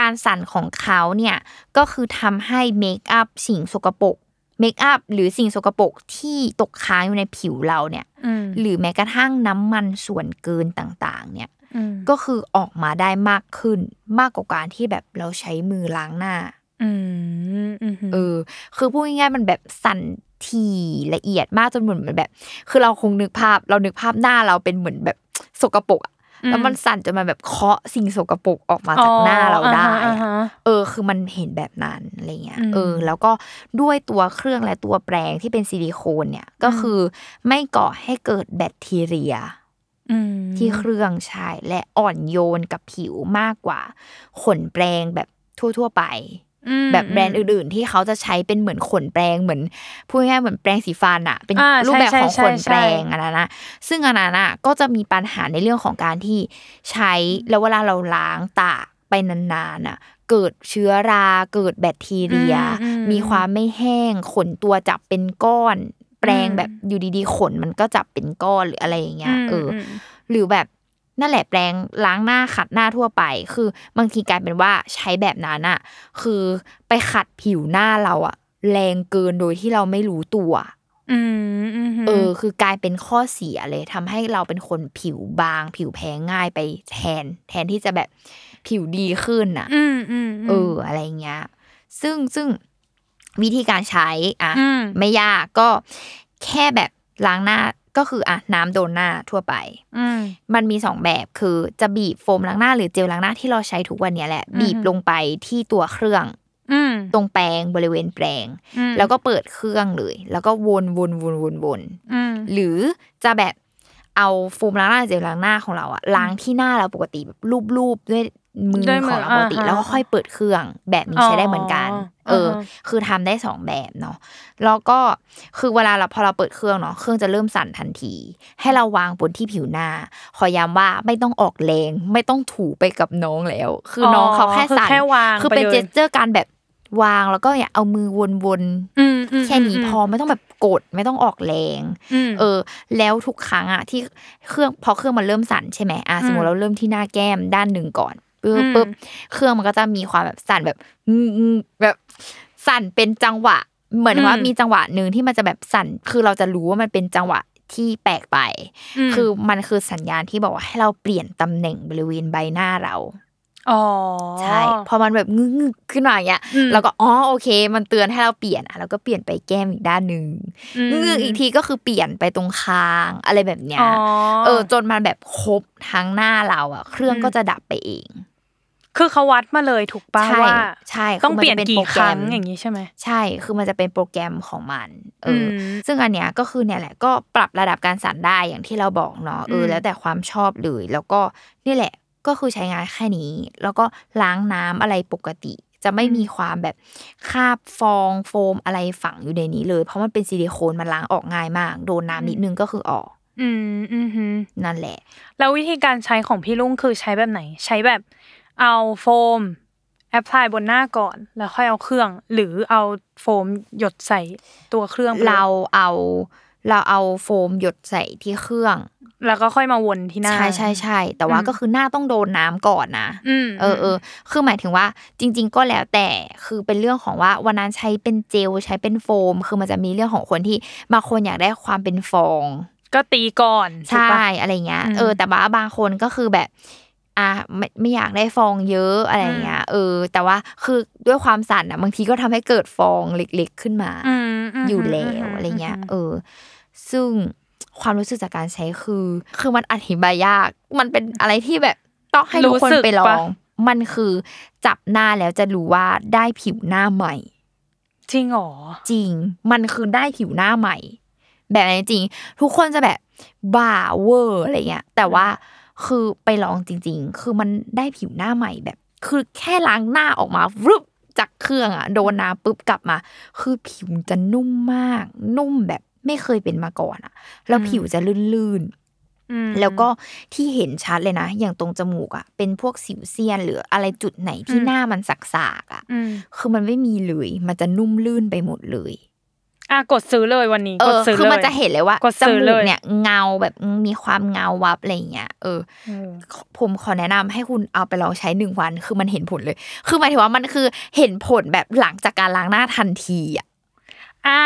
Speaker 1: การสั่นของเขาเนี่ยก็คือทำให้เมคอัพสิ่งสกปรกเมคอัพหรือสิ่งสกปรกที่ตกค้างอยู่ในผิวเราเนี่ย
Speaker 2: อืม
Speaker 1: หรือแม้กระทั่งน้ำมันส่วนเกินต่างๆ เนี่ย
Speaker 2: อืม
Speaker 1: ก็คือออกมาได้มากขึ้นมากกว่าการที่แบบเราใช้มือล้างหน้า
Speaker 2: อืมอืม
Speaker 1: เออ คือพูดง่ายๆมันแบบสั่นทีละเอียดมากจนเหมือนมันแบบ คือเราคงนึกภาพ เรานึกภาพหน้าเราเป็นเหมือนแบบสกปรกอะแล้วมันสั่นจนมันแบบเคาะสิ่งสกปรกออกมาจากหน้าเราได้
Speaker 2: อ๋อ
Speaker 1: อะ
Speaker 2: อ่าฮะอ่าฮะ
Speaker 1: เออ คือมันเห็นแบบนั้นอะไรเงี้ย
Speaker 2: อืม
Speaker 1: เออ แล้วก็ด้วยตัวเครื่องและตัวแปรงที่เป็นซิลิโคนเนี่ย ก็คือไม่ก่อให้เกิดแบคทีเรีย
Speaker 2: อืม
Speaker 1: ที่เครื่องใช้และอ่อนโยนกับผิวมากกว่า ขนแปรงแบบทั่วๆไป
Speaker 2: อืม
Speaker 1: แบบแบรนด์อื่น ๆ ที่เขาจะใช้เป็นเหมือนขนแปรงเหมือนพูดง่ายๆเหมือนแปรงสีฟันอะเป็น
Speaker 2: อ่าใช่
Speaker 1: รูปแบบของ
Speaker 2: ใช่
Speaker 1: ขน
Speaker 2: ใช่
Speaker 1: แปรงอันนั้นนะซึ่งอันนั้นอะก็จะมีปัญหาในเรื่องของการที่ใช้แล้วเวลาเราล้างตากไปนานๆอะเกิดเชื้อราเกิดแบคทีเรีย มีความไม่แห้งขนตัวจับเป็นก้อน แปรงแบบอยู่ดีๆ ขนมันก็จับเป็นก้อนหรืออะไรอย่างเงี้ยเอออ
Speaker 2: ม
Speaker 1: หรือแบบนั่นแหละแปรงล้างหน้าขัดหน้าทั่วไป คือบางทีกลายเป็นว่าใช้แบบนั้นอะคือไปขัดผิวหน้าเราอะแรงเกินโดยที่เราไม่รู้ตัว
Speaker 2: อืมอืม
Speaker 1: เออ คือกลายเป็นข้อเสียเลยทำให้เราเป็นคนผิวบาง ผิวแพ้ง่ายไปแทน แทนที่จะแบบผิวดีขึ้นอะ
Speaker 2: อืมอืม
Speaker 1: เอออะไรเงี้ยซึ่งซึ่งวิธีการใช้อะ
Speaker 2: อืม
Speaker 1: ไม่ยากก็แค่แบบล้างหน้าก็คืออ่ะน้ำโดนหน้าทั่วไป
Speaker 2: อืม
Speaker 1: มันมีสองแบบคือจะบีบโฟมล้างหน้าหรือเจลล้างหน้าที่เราใช้ทุกวันเนี้ยแหละ บีบลงไปที่ตัวเครื่อง
Speaker 2: อืม
Speaker 1: ตรงแปรงบริเวณแปรง
Speaker 2: อืม
Speaker 1: แล้วก็เปิดเครื่องเลย แล้วก็วนวนวนวนวน
Speaker 2: อืม
Speaker 1: หรือจะแบบเอาโฟมล้างหน้าเจลล้างหน้าของเราอะล้างที่หน้าเราปกติแบบลูบๆด้วยมือ
Speaker 2: ด้วยมื
Speaker 1: ขอ
Speaker 2: อง
Speaker 1: เราปกติ
Speaker 2: อ่าฮะ
Speaker 1: แล้วก็ค่อยเปิดเครื่องแบบนี้ใช้ได้เหมือนกัน
Speaker 2: อ๋อ
Speaker 1: เอออ
Speaker 2: าฮะ
Speaker 1: คือทำได้สองแบบเนาะแล้วก็คือเวลาเราพอเราเปิดเครื่องเนาะเครื่องจะเริ่มสั่นทันที ให้เราวางบนที่ผิวหน้า ขอย้ำว่าไม่ต้องออกแรง ไม่ต้องถูไปกับน้องแล้ว คืออ
Speaker 2: อ
Speaker 1: น้องเขาแค่
Speaker 2: คือ
Speaker 1: สั่น
Speaker 2: แค่วาง
Speaker 1: คือเป็น
Speaker 2: ไปเล
Speaker 1: เจ
Speaker 2: ย
Speaker 1: สเจอร์การแบบวางแล้วก็เนี่ยเอามือวน
Speaker 2: อืมอืม
Speaker 1: ๆแค่นี้พอไม่ต้องแบบกดไม่ต้องออกแรง
Speaker 2: อืม
Speaker 1: เออแล้วทุกครั้งอะที่เครื่องพอเครื่องมันเริ่มสั่นใช่ไหมอ่ะสมมติเราเริ่มที่หน้าแก้มด้านหนึ่งก่อนปึ๊บปึ๊บเครื่องมันก็จะมีความแบบสั่นแบบงึ้งงึ้งแบบสั่นเป็นจังหวะ เหมือน
Speaker 2: อืม
Speaker 1: ว่ามีจังหวะหนึ่งที่มันจะแบบสั่น คือเราจะรู้ว่ามันเป็นจังหวะที่แปลกไป
Speaker 2: อืม
Speaker 1: คือมันคือสัญญาณที่บอกว่าให้เราเปลี่ยนตำแหน่งบริเวณใบหน้าเรา
Speaker 2: อ๋อ
Speaker 1: ใช่พอมันแบบงึกงึกขึ้นมาอย่างเงี้ย
Speaker 2: อืม
Speaker 1: เราก็อ๋อโอเค มันเตือนให้เราเปลี่ยนอ่ะเราก็เปลี่ยนไปแก้มอีกด้านหนึ่ง
Speaker 2: อืม
Speaker 1: งึกอีกทีก็คือเปลี่ยนไปตรงคางอะไรแบบเนี้ย
Speaker 2: อ๋อ
Speaker 1: เออ จนมันแบบครบทั้งหน้าเราอ่ะ เครื่องก็จะดับไปเอง
Speaker 2: คือเขาวัดมาเลยถูกป่ะ
Speaker 1: ใช่
Speaker 2: ว่า
Speaker 1: ใช่
Speaker 2: ต้อง
Speaker 1: คืมั
Speaker 2: เปลี่ยน
Speaker 1: จะ
Speaker 2: กี่
Speaker 1: โร
Speaker 2: ค
Speaker 1: แม
Speaker 2: รั้งอย่างนี้ใช่ไหม
Speaker 1: ใช่ คือมันจะเป็นโปรแกรมของมันเอออ
Speaker 2: ม
Speaker 1: ซึ่งอันเนี้ยก็คือเนี่ยแหละก็ปรับระดับการสั่นได้อย่างที่เราบอกเนาะ เอออ
Speaker 2: ม
Speaker 1: แล้วแต่ความชอบเลย แล้วก็นี่แหละ ก็คือใช้งานแค่นี้ แล้วก็ล้างน้ำอะไรปกติ จะไม่มีความแบบคราบฟองโฟมอะไรฝังอยู่ในนี้เลย เพราะมันเป็นซิลิโคนมันล้างออกง่ายมาก โดนน้ำนิดนึงก็คือออก
Speaker 2: อืมอืมอืม
Speaker 1: นั่นแหละ
Speaker 2: แล้ววิธีการใช้ของพี่ลุงคือใช้แบบไหน ใช้แบบเอาโฟม แอพพลายบนหน้าก่อน แล้วค่อยเอาเครื่อง หรือเอาโฟมหยดใส่ตัวเครื่องไปลย
Speaker 1: เราเอาเราเอาโฟมหยดใส่ที่เครื่อง
Speaker 2: แล้วก็ค่อยมาวนที่หน้า
Speaker 1: ใช่ใช่ใช่แต่ว่า
Speaker 2: อืม
Speaker 1: ก็คือหน้าต้องโดนน้ำก่อนนะ
Speaker 2: อืม
Speaker 1: เออเออคือหมายถึงว่าจริง ๆ ก็แล้วแต่คือเป็นเรื่องของว่าวันนั้นใช้เป็นเจลใช้เป็นโฟม คือมันจะมีเรื่องของคนที่บางคนอยากได้ความเป็นฟอง
Speaker 2: ก็ตีก่อนถูก
Speaker 1: ใช่
Speaker 2: ปะ
Speaker 1: อะไรเงี้ย
Speaker 2: อืม
Speaker 1: เออ แต่ว่าบางคนก็คือแบบ อ่ะไม่ไม่อยากได้ฟองเยอะอะไรเงี้ยเออ แต่ว่าคือด้วยความสั่นอ่ะบางทีก็ทำให้เกิดฟองเล็กๆขึ้นมา
Speaker 2: อืมม
Speaker 1: อยู่แล้
Speaker 2: ม
Speaker 1: วอะไรเงี้ย
Speaker 2: ม
Speaker 1: เออ ซึ่งความรู้สึกจากการใช้คือ คือมันอธิบายยาก มันเป็นอะไรที่แบบต้องให้ทุกคนไปลอง มันคือจับหน้าแล้วจะรู้ว่าได้ผิวหน้าใหม่
Speaker 2: จริงเหรอ
Speaker 1: จริง มันคือได้ผิวหน้าใหม่ แบบนั้นจริง ทุกคนจะแบบบ้าเวอร์อะไรเงี้ย แต่ว่าคือไปลองจริง ๆ คือมันได้ผิวหน้าใหม่แบบ คือแค่ล้างหน้าออกมาวรึบจากเครื่องอะโดนน้ำปุ๊บกลับมา คือผิวจะนุ่มมาก นุ่มแบบไม่เคยเป็นมาก่อนอะแล้ว
Speaker 2: อืม
Speaker 1: ผิวจะลื่นๆ
Speaker 2: อืม
Speaker 1: แล้วก็ที่เห็นชัดเลยนะ อย่างตรงจมูกอะเป็นพวกสิวเซียนหรืออะไรจุดไหนที่
Speaker 2: อืม
Speaker 1: หน้ามันสักๆอะ
Speaker 2: อืม
Speaker 1: คือมันไม่มีเลยมันจะนุ่มลื่นไปหมดเลย
Speaker 2: อ่ะกดซื้อเลยวันนี้
Speaker 1: เอก
Speaker 2: ด
Speaker 1: อ
Speaker 2: ซื้อเลย
Speaker 1: คือมันจะเห็นเลยว่าก
Speaker 2: ด
Speaker 1: จ
Speaker 2: ซื้อ
Speaker 1: มู
Speaker 2: เล
Speaker 1: ก
Speaker 2: ย
Speaker 1: เนี่ยเงาแบบมีความเงาวับอะไรอย่างเงี้ยเออ
Speaker 2: เออ
Speaker 1: ผมขอแนะนำให้คุณเอาไปลองใช้หนึ่งวัน คือมันเห็นผลเลย คือหมายถึงว่ามันคือเห็นผลแบบหลังจากการล้างหน้าทันทีอ่ะ
Speaker 2: อ่ะ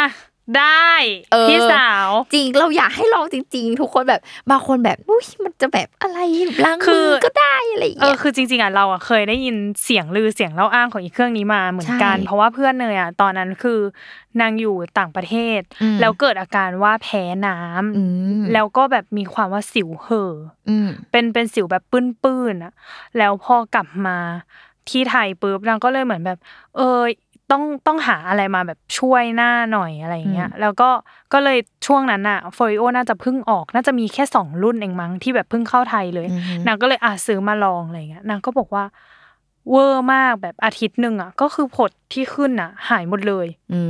Speaker 2: ได้
Speaker 1: เออ
Speaker 2: พี่สาว
Speaker 1: จริงเราอยากให้ลองจริง ๆ ทุกคนแบบบางคนแบบอุ้ยมันจะแบบอะไรล้างมือก็ได้อะไรอย่าง
Speaker 2: เอ
Speaker 1: เงี้
Speaker 2: อย คือจริง ๆอ่ะเราอ่ะเคยได้ยินเสียงลือเสียงเล่าอ้างของอีกเครื่องนี้มาเหมือนกัน
Speaker 1: ใช่
Speaker 2: เพราะว่าเพื่อนเนยอ่ะตอนนั้นคือนางอยู่ต่างประเทศ
Speaker 1: อืม
Speaker 2: แล้วเกิดอาการว่าแพ้น้ำ
Speaker 1: อืม
Speaker 2: แล้วก็แบบมีความว่าสิวเห่อ
Speaker 1: อืม
Speaker 2: เป็นเป็นสิวแบบปื้นๆอะแล้วพอกลับมาที่ไทยปุ๊บนางก็เลยเหมือนแบบ เออต้องต้องหาอะไรมาแบบช่วยหน้าหน่อยอะไรอย่างเงี้ย
Speaker 1: อืม
Speaker 2: แล้วก็ก็เลยช่วงนั้นอะฟอริโอน่าจะเพิ่งออก น่าจะมีแค่สองรุ่นเองมั้งที่แบบเพิ่งเข้าไทยเลย
Speaker 1: อืม
Speaker 2: นางก็เลยอ่ะซื้อมาลองอะไรเงี้ยนางก็บอกว่าเวอร์มากแบบอาทิตย์หนึ่งอะก็คือผดที่ขึ้นอะหายหมดเลย
Speaker 1: อื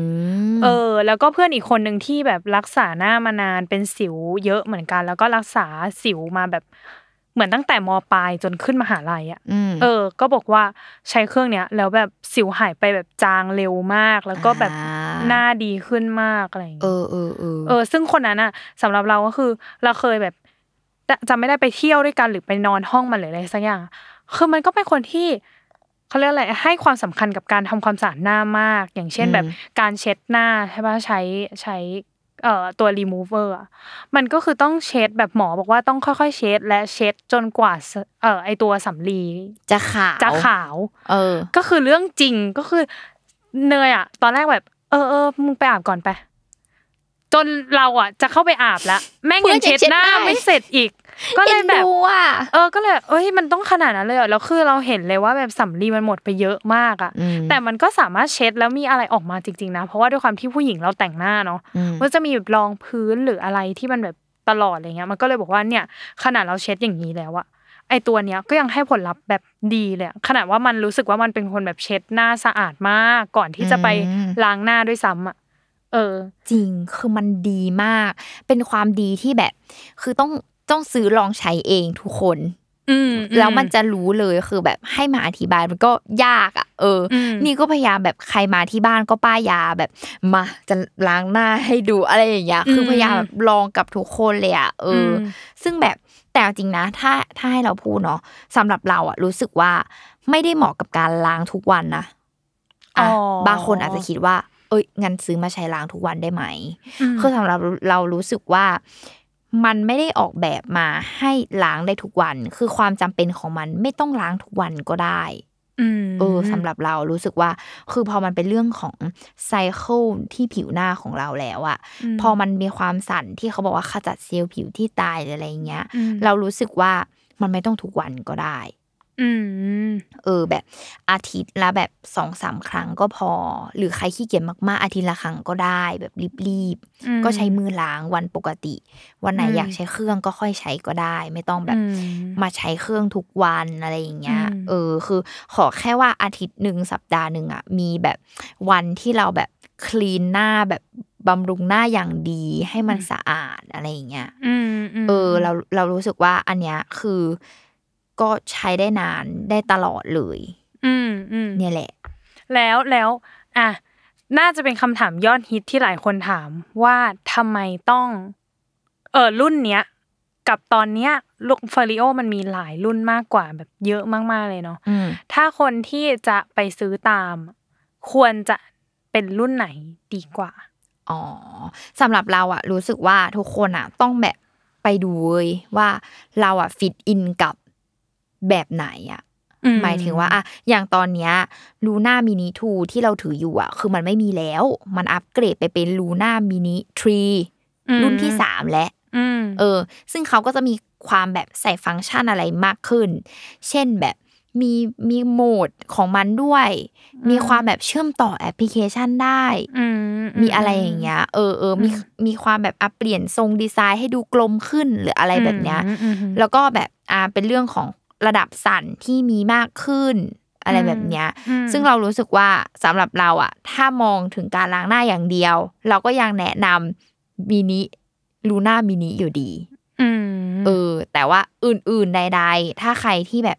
Speaker 1: ม
Speaker 2: เออ แล้วก็เพื่อนอีกคนหนึ่งที่แบบรักษาหน้ามานานเป็นสิวเยอะเหมือนกัน แล้วก็รักษาสิวมาแบบเหมือนตั้งแต่มปลายจนขึ้นมหาลัยอ่ะ
Speaker 1: ม
Speaker 2: เออ ก็บอกว่าใช้เครื่องเนี้ยแล้วแบบสิวหายไปแบบจางเร็วมาก แล้วก็แบบ
Speaker 1: อ่า
Speaker 2: หน้าดีขึ้นมากอะไรอย่าง
Speaker 1: เอ
Speaker 2: เงี้ย
Speaker 1: อเออเออ
Speaker 2: เออ ซึ่งคนนั้นอ่ะสำหรับเราก็คือเราเคยแบบจะจำไม่ได้ไปเที่ยวด้วยกันหรือไปนอนห้องมันหรืออะไรสักอย่างคือมันก็เป็นคนที่เขาเรียกอะไรให้ความสำคัญกับการทำความสะอาดหน้ามาก อย่างเช่นแบบ การเช็ดหน้าใช่ปะใช้ใช้เอ่อตัว remover อะมันก็คือต้องเช็ดแบบหมอบอกว่าต้องค่อยๆ เช็ด และเช็ดจนกว่าสเอ่อไอตัวสำลี
Speaker 1: จะขาว
Speaker 2: จะขาว
Speaker 1: เออ
Speaker 2: ก็คือเรื่องจริงก็คือเนยอะตอนแรกแบบ เออเออมึงไปอาบก่อนไป จนเราอะจะเข้าไปอาบแล้วแม่ง
Speaker 1: เพื่อ
Speaker 2: ยังเช็ด
Speaker 1: จะเช็ด
Speaker 2: หน้า
Speaker 1: ได้
Speaker 2: ไม่เสร็จอีก ก็เลยแบ
Speaker 1: อ็น
Speaker 2: บ
Speaker 1: ดูอ่ะ
Speaker 2: เออก็เลยเอ้ยมันต้องขนาดนั้นเลยเหรอแล้วคือเราเห็นเลยว่าแบบสำลีมันหมดไปเยอะมากอะ
Speaker 1: อืม
Speaker 2: แต่มันก็สามารถเช็ดแล้วมีอะไรออกมาจริงๆนะ เพราะว่าด้วยความที่ผู้หญิงเราแต่งหน้าเนาะ
Speaker 1: อืม
Speaker 2: มันจะมีแบบรองพื้นหรืออะไรที่มันแบบตลอดอะไรเงี้ย มันก็เลยบอกว่าเนี่ย ขนาดเราเช็ดอย่างนี้แล้วอะไอตัวเนี้ยก็ยังให้ผลลัพธ์แบบดีเลยอะขนาดว่ามันรู้สึกว่ามันเป็นคนแบบเช็ดหน้าสะอาดมากก่อนที่จะไปล้างหน้าด้วยซ้ำอะเออ
Speaker 1: จริงคือมันดีมาก เป็นความดีที่แบบ คือต้องต้องซื้อลองใช้เองทุกคน
Speaker 2: อืม
Speaker 1: แล้วมันจะรู้เลยคือแบบให้มาอธิบายมันก็ยากอ่ะเอออ
Speaker 2: ม
Speaker 1: นี่ก็พยายามแบบใครมาที่บ้านก็ป้ายยาแบบมาจะล้างหน้าให้ดูอะไรอย่างเงี้ยคือพยายามแบบลองกับทุกคนเลยอ่ะเอออ
Speaker 2: ม
Speaker 1: ซึ่งแบบแต่เอาจริงนะ ถ้าถ้าให้เราพูดเนาะสำหรับเราอะรู้สึกว่าไม่ได้เหมาะกับการล้างทุกวันนะ
Speaker 2: อ๋
Speaker 1: ะ
Speaker 2: อ
Speaker 1: บางคนอาจจะคิดว่า เอ้ยงั้นซื้อมาใช้ล้างทุกวันได้ไหม
Speaker 2: ม
Speaker 1: คือสำหรับเรารู้สึกว่ามันไม่ได้ออกแบบมาให้ล้างได้ทุกวัน คือความจำเป็นของมันไม่ต้องล้างทุกวันก็ได้
Speaker 2: ม
Speaker 1: เออสำหรับเรารู้สึกว่าคือพอมันเป็นเรื่องของไซเคิลที่ผิวหน้าของเราแล้วอะ
Speaker 2: ม
Speaker 1: พอมันมีความสั่นที่เขาบอกว่าขจัดเซลล์ผิวที่ตายหรืออะไรอย่างเงี้ย
Speaker 2: อืม
Speaker 1: เรารู้สึกว่ามันไม่ต้องทุกวันก็ได้
Speaker 2: อืม
Speaker 1: เออแบบอาทิตย์ละแบบสองสามครั้งก็พอ หรือใครขี้เกียจมากๆอาทิตย์ละครั้งก็ได้แบบรีบ
Speaker 2: อืม
Speaker 1: ๆก็ใช้มือล้างวันปกติ วันไหน
Speaker 2: อืม
Speaker 1: อยากใช้เครื่องก็ค่อยใช้ก็ได้ ไม่ต้องแบบ
Speaker 2: อืม
Speaker 1: มาใช้เครื่องทุกวันอะไรอย่างเงี้ย
Speaker 2: อืม
Speaker 1: เออ คือขอแค่ว่าอาทิตย์หนึ่งสัปดาห์หนึ่งอ่ะ มีแบบวันที่เราแบบคลีนหน้าแบบบำรุงหน้าอย่างดีให้มันสะอาดอะไรอย่างเงี้ย
Speaker 2: อืมม
Speaker 1: เออเราเรารู้สึกว่าอันเนี้ยคือก็ใช้ได้นานได้ตลอดเลย
Speaker 2: อืมอืม
Speaker 1: เนี่ยแหละ
Speaker 2: แล้วแล้วอ่ะน่าจะเป็นคำถามยอดฮิตที่หลายคนถามว่าทำไมต้อง เออรุ่นเนี้ย กับตอนเนี้ยลูกฟาริโอมันมีหลายรุ่นมากกว่าแบบเยอะมากๆเลยเนาะ
Speaker 1: อืม
Speaker 2: ถ้าคนที่จะไปซื้อตาม ควรจะเป็นรุ่นไหนดีกว่า
Speaker 1: อ๋อสำหรับเราอะรู้สึกว่าทุกคนอะต้องแบบไปดูเว้ยว่าเราอะฟิตอินกับแบบไหนอะ
Speaker 2: อื
Speaker 1: หมายถึงว่าอะอย่างตอนเนี้ยลูน่ามินิทูที่เราถืออยู่อะคือมันไม่มีแล้ว มันอัปเกรดไปเป็นลูน่ามินิทรี
Speaker 2: อืม
Speaker 1: รุ่นที่สามแล้ว
Speaker 2: อืม
Speaker 1: เออ ซึ่งเขาก็จะมีความแบบใส่ฟังก์ชันอะไรมากขึ้น เช่นแบบมีมีโหมดของมันด้วย มีความแบบเชื่อมต่อแอปพลิเคชันได้ มีอะไรอย่างเงี้ย เออเออมี
Speaker 2: อืม
Speaker 1: มีความแบบอ่ะเปลี่ยนทรงดีไซน์ให้ดูกลมขึ้นหรืออะไรแบบเนี้ย
Speaker 2: อืมอืมอืม
Speaker 1: แล้วก็แบบอ่าเป็นเรื่องของระดับสั่นที่มีมากขึ้น อะไร
Speaker 2: อืม
Speaker 1: แบบเนี้ย
Speaker 2: อืม
Speaker 1: ซึ่งเรารู้สึกว่าสำหรับเราอะถ้ามองถึงการล้างหน้าอย่างเดียว เราก็ยังแนะนำมินิลูน่ามินิอยู่ดี
Speaker 2: อืม
Speaker 1: เออแต่ว่าอื่นๆใดๆ ถ้าใครที่แบบ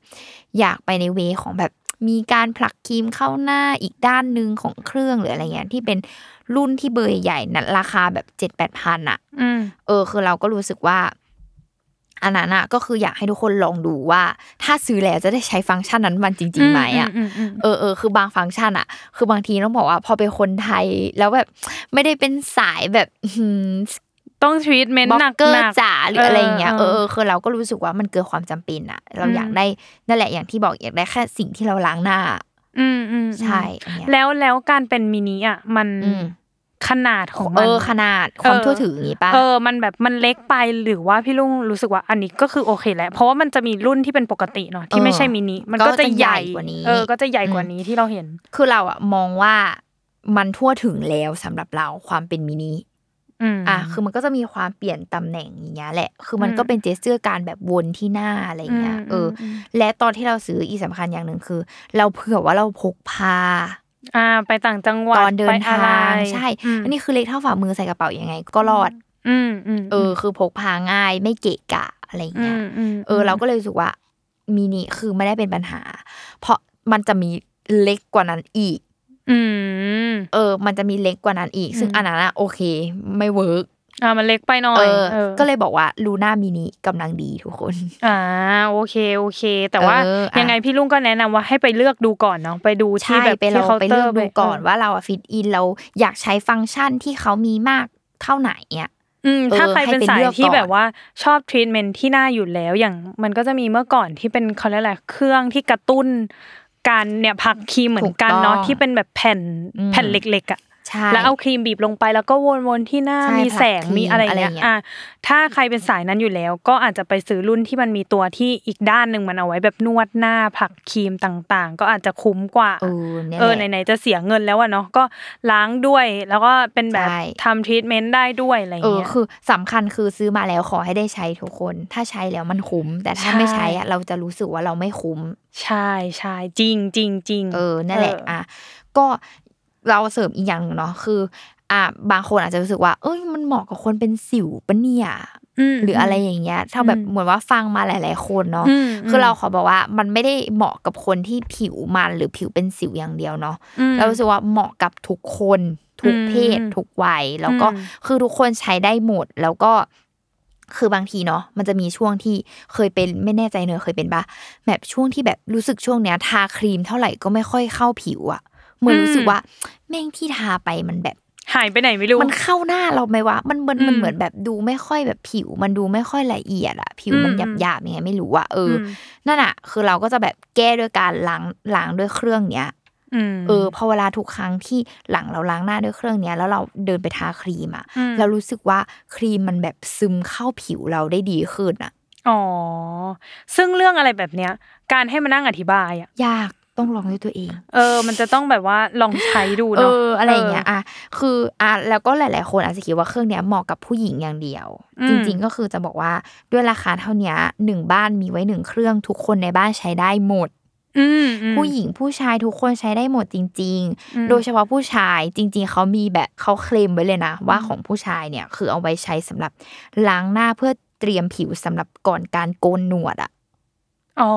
Speaker 1: อยากไปในเวของแบบมีการผลักครีมเข้าหน้าอีกด้านหนึ่งของเครื่องหรืออะไรเงี้ยที่เป็นรุ่นที่เบอร์ใหญ่ๆนั้นราคาแบบเจ็ดแปดพันอะ
Speaker 2: อืม
Speaker 1: เออคือเราก็รู้สึกว่าอันนั้นอะก็คืออยากให้ทุกคนลองดูว่า ถ้าซื้อแล้วจะได้ใช้ฟังก์ชันนั้นมันจริงๆไหมอะ
Speaker 2: มม
Speaker 1: เออเออคือบางฟังก์ชันอะคือบางทีต้องบอกว่าพอเป็นคนไทยแล้วแบบไม่ได้เป็นสายแบบอื้อหือ
Speaker 2: ต้องทวีตเมน
Speaker 1: บล็
Speaker 2: ห
Speaker 1: อ
Speaker 2: นั
Speaker 1: ก
Speaker 2: ก
Speaker 1: เกอร์
Speaker 2: หนัก
Speaker 1: จ๋าหรืออะไรอย่างเงี้ย
Speaker 2: เอ
Speaker 1: เอ
Speaker 2: อ
Speaker 1: อ
Speaker 2: เออ
Speaker 1: เออคือเราก็รู้สึกว่ามันเกินความจำเป็นอะเรา
Speaker 2: อืม
Speaker 1: อยากได้นั่นแหละอย่างที่บอกอยากได้แค่สิ่งที่เราล้างหน้า
Speaker 2: อืมอืมอืม
Speaker 1: ใช่อันเนี้ย
Speaker 2: แล้วแล้วการเป็นมินิอ่ะ มัน
Speaker 1: อืม
Speaker 2: ขนาดของมั
Speaker 1: เอน อขนาดความ
Speaker 2: เออ
Speaker 1: ทั่วถึงอย่างงี้ป่ะ
Speaker 2: เออ มันแบบมันเล็กไปหรือว่าพี่ลุงรู้สึกว่าอันนี้ก็คือโอเคแล้ว เพราะว่ามันจะมีรุ่นที่เป็นปกติเนาะที่ไม่ใช่มินิมันก็จะใหญ่
Speaker 1: กว่านี้
Speaker 2: เออ ก็จะใหญ่กว่านี้ที่เราเห็น
Speaker 1: คือเราอะมองว่ามันทั่วถึงแล้วสำหรับเราความเป็นมินิ
Speaker 2: อืม
Speaker 1: อ่ะคือมันก็จะมีความเปลี่ยนตำแหน่งอย่างเงี้ยแหละ คือมัน
Speaker 2: อืม
Speaker 1: ก็เป็นเจสเจอร์การแบบวนที่หน้าอะไรอย่างเงี้ยเอออ
Speaker 2: มม
Speaker 1: และตอนที่เราซื้ออีกสำคัญอย่างหนึ่งคือ เราเผื่อว่าเราพกพา
Speaker 2: อ่า ไปต่างจังหวัด
Speaker 1: ตอนเดิน
Speaker 2: ไปอะไร
Speaker 1: ทางใช่
Speaker 2: ม
Speaker 1: อันนี้คือเล็กเท่าฝ่ามือใส่กระเป๋ายังไง ก็รอด
Speaker 2: อืมอืม
Speaker 1: เออ คือพกพาง่ายไม่เกะกะอะไรอย่าง
Speaker 2: อื
Speaker 1: เงี้ย
Speaker 2: มอืม
Speaker 1: เออ เราก็เลยรู้สึกว่ามินิคือไม่ได้เป็นปัญหา เพราะมันจะมีเล็กกว่านั้นอีก
Speaker 2: อืม
Speaker 1: เออ มันจะมีเล็กกว่านั้นอีก ซึ่ง
Speaker 2: อืม
Speaker 1: อันนั้นอะโอเค ไม่เวิร์ก
Speaker 2: อ่ามันเล็กไปหน่อ
Speaker 1: เอย อ
Speaker 2: ออ
Speaker 1: ก็เลยบอกว่าลูน่ามินิกำลังดีทุกคน
Speaker 2: อ่าโอเคโอเค แต่ว่า
Speaker 1: เอออ่ะ
Speaker 2: ยังไงพี่ลุงก็แนะนำว่าให้ไปเลือกดูก่อนเนาะไปดูที่
Speaker 1: ใช่
Speaker 2: แบบ
Speaker 1: ไปล
Speaker 2: ที่
Speaker 1: อง
Speaker 2: เคาน์
Speaker 1: ไป
Speaker 2: เตอ
Speaker 1: เลือก
Speaker 2: ร์
Speaker 1: ดูก่อน
Speaker 2: ไป
Speaker 1: ว่าเราอะฟิตอินเราอยากใช้ฟังก์ชันที่เขามีมากเท่าไหนอ่ะ
Speaker 2: อืม
Speaker 1: เออ
Speaker 2: ถ้าใครเป็น
Speaker 1: ให้ไป
Speaker 2: สาย
Speaker 1: เลือก
Speaker 2: ที่
Speaker 1: ก่อน
Speaker 2: แบบว่าชอบทรีทเมนต์ที่หน้าอยู่แล้วอย่างมันก็จะมีเมื่อก่อนที่เป็นเขาเรียกอะไรเครื่องที่กระตุ้น การเนี่ยพักครีมเหมือนกันเนาะที่เป็นแบบแผ่นแผ่นเล็กๆอ่ะ
Speaker 1: ใช่
Speaker 2: แล้วเอาครีมบีบลงไปแล้วก็วนๆที่หน้า
Speaker 1: ใช่
Speaker 2: มีแสง
Speaker 1: ผักครีม
Speaker 2: มีอะไรอย่าง
Speaker 1: อะไรอย่าง
Speaker 2: เงี้
Speaker 1: เงี้ย
Speaker 2: ยอ่ะถ้าใครเป็นสายนั้นอยู่แล้ว ก็อาจจะไปซื้อรุ่นที่มันมีตัวที่อีกด้านหนึ่งมันเอาไว้แบบนวดหน้าผักครีมต่างๆ ก็อาจจะคุ้มกว่า
Speaker 1: เออเนี่ย
Speaker 2: เออ
Speaker 1: แหละ
Speaker 2: ไหนๆจะเสียเงินแล้วอะเนาะก็ล้างด้วย แล้วก็เป็นแบบ
Speaker 1: ใช่
Speaker 2: ทำทรีทเมนต์ได้ด้วยอะไรอ
Speaker 1: เอย่าง อ
Speaker 2: เงี้ย
Speaker 1: คือสำคัญคือซื้อมาแล้วขอให้ได้ใช้ทุกคน ถ้าใช้แล้วมันคุ้ม แต่ถ้า
Speaker 2: ใช่
Speaker 1: ไม่ใช้อะเราจะรู้สึกว่าเราไม่คุ้ม
Speaker 2: ใช่ใช่จริงจริงจริง
Speaker 1: เออนั่นแหละอ่ะก็เราเสริมอีกอย่างหนึ่งเนาะคือ อ่ะบางคนอาจจะรู้สึกว่า เอ้ยมันเหมาะกับคนเป็นสิวปะเนี่ย
Speaker 2: ม
Speaker 1: หรืออะไรอย่างเงี้ยถ้าแบบ
Speaker 2: อืม
Speaker 1: เหมือนว่าฟังมาหลาย ๆ คนเนาะ
Speaker 2: ม
Speaker 1: คือเราขอบอกว่ามันไม่ได้เหมาะกับคนที่ผิวมันหรือผิวเป็นสิวอย่างเดียวเนาะ
Speaker 2: อืม
Speaker 1: เรารู้สึกว่าเหมาะกับทุกคนทุกเพศ
Speaker 2: อืม
Speaker 1: ทุกวัย แล้วก็
Speaker 2: อืม
Speaker 1: คือทุกคนใช้ได้หมด แล้วก็คือบางทีเนาะมันจะมีช่วงที่เคยเป็นไม่แน่ใจเนยเคยเป็นปะแบบช่วงที่แบบรู้สึกช่วงเนี้ย ทาครีมเท่าไหร่ก็ไม่ค่อยเข้าผิวอะเหมือนรู้สึกว่า แม่งที่ทาไปมันแบบ
Speaker 2: หายไปไหนไม่รู้
Speaker 1: มันเข้าหน้าเราไหมวะ มันเหมือน
Speaker 2: อืม
Speaker 1: มันเหมือนแบบดูไม่ค่อยแบบผิว มันดูไม่ค่อยละเอียดอะผิวมัน
Speaker 2: อืม
Speaker 1: หยาบหยาบๆยังไงไม่รู้อะเอออ
Speaker 2: ม
Speaker 1: นั่นอะคือเราก็จะแบบแก้ด้วยการล้างล้างด้วยเครื่องเนี้ย
Speaker 2: ม
Speaker 1: เออพอเวลาทุกครั้งที่หลังเราล้างหน้าด้วยเครื่องเนี้ยแล้วเราเดินไปทาครีมอะ
Speaker 2: อืม
Speaker 1: เรารู้สึกว่าครีมมันแบบซึมเข้าผิวเราได้ดีขึ้นอะ
Speaker 2: อ๋อซึ่งเรื่องอะไรแบบเนี้ย การให้มานั่งอธิบายอ่ะ
Speaker 1: ยากต้องลองด้วยตัวเอง
Speaker 2: เออ มันจะต้องแบบว่าลองใช้ดู
Speaker 1: เอ
Speaker 2: เนาะ
Speaker 1: ออะไรอย่างเงี้ยอะคืออะแล้วก็หลาย ๆ คนอาจจะคิดว่าเครื่องเนี้ยเหมาะกับผู้หญิงอย่างเดียว
Speaker 2: อืม
Speaker 1: จริง ๆ ก็คือจะบอกว่าด้วยราคาเท่าเนี้ยหนึ่งบ้านมีไว้หนึ่งเครื่องทุกคนในบ้านใช้ได้หมด
Speaker 2: อืมอืม
Speaker 1: ผู้หญิงผู้ชายทุกคนใช้ได้หมดจริง
Speaker 2: อืม
Speaker 1: ๆ โดยเฉพาะผู้ชายจริง ๆ เขามีแบบเขาเคลมไว้เลยนะ ว่าของผู้ชายเนี่ยคือเอาไว้ใช้สำหรับล้างหน้าเพื่อเตรียมผิวสำหรับก่อนการโกนหนวดอะ
Speaker 2: อ๋อ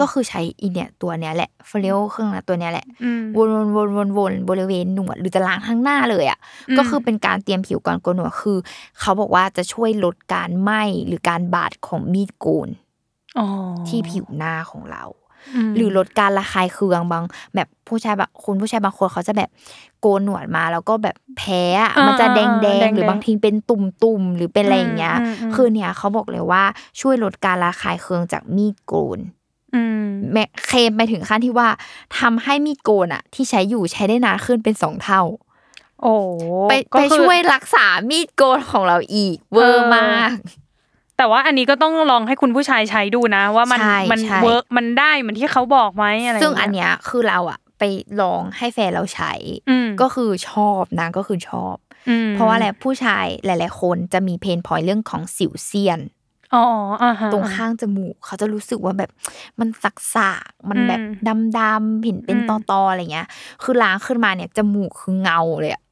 Speaker 1: ก็คือใช้อีเนี่ยตัวเนี้ยแหละเฟลเครื่องละตัวเนี้ยแหละ
Speaker 2: อืม
Speaker 1: วนวนวนวนวนบริเวณหนวดหรือจะล้างทั้งหน้าเลยอ่ะ
Speaker 2: อืม
Speaker 1: ก็คือเป็นการเตรียมผิวก่อนโกนหนวดคือ เขาบอกว่าจะช่วยลดการไหม้หรือการบาดของมีดโกน
Speaker 2: อ๋อ
Speaker 1: ที่ผิวหน้าของเรา
Speaker 2: ม
Speaker 1: หรือลดการระคายเคืองบาง แบบผู้ชายบางคุณผู้ชายบางคนเขาจะแบบโกนหนวดมาแล้วก็แบบแพ้อะ
Speaker 2: ามั
Speaker 1: มันจะแดงแดง
Speaker 2: แดงๆ
Speaker 1: หรือบางทีเป็นตุ่มตุ่มๆหรือเป็นอะไรอย่างเงี้ย
Speaker 2: อืมอืม
Speaker 1: คือเนี่ยเขาบอกเลยว่าช่วยลดการระคายเคืองจากมีดโกน
Speaker 2: อืม
Speaker 1: แม้เคลมไปถึงขั้นที่ว่าทำให้มีดโกนอะที่ใช้อยู่ใช้ได้นานขึ้นเป็นสองเท่า
Speaker 2: โอ้
Speaker 1: ไป
Speaker 2: ก็
Speaker 1: ไป
Speaker 2: คือ
Speaker 1: ช่วยรักษามีดโกนของเราอีก เวอร์มาก
Speaker 2: แต่ว่าอันนี้ก็ต้องลองให้คุณผู้ชายใช้ดูนะ ว่ามัน
Speaker 1: ใช่
Speaker 2: มัน
Speaker 1: ใช่
Speaker 2: เวิร์กมันได้เหมือนที่เขาบอกไหมอะไร
Speaker 1: ซึ่งอัน
Speaker 2: ย่าเย
Speaker 1: เนี้ยคือเราอะไปลองให้แฟนเราใช้
Speaker 2: อืม
Speaker 1: ก็คือชอบนางก็คือชอบ
Speaker 2: อืม
Speaker 1: เพราะว่าอะไรผู้ชายหลาย ๆ คนจะมีเพนพอยเรื่องของสิวเซียน
Speaker 2: อ๋ออ่าฮะ
Speaker 1: ตรงข้างจมูกเขาจะรู้สึกว่าแบบมันสักสากๆมันแบบ
Speaker 2: อื
Speaker 1: ดำๆเห็นเป็น
Speaker 2: อื
Speaker 1: ต
Speaker 2: ม
Speaker 1: อๆอะไรเงี้ย คือล้างขึ้นมาเนี่ยจมูกคือเงาเลยอะ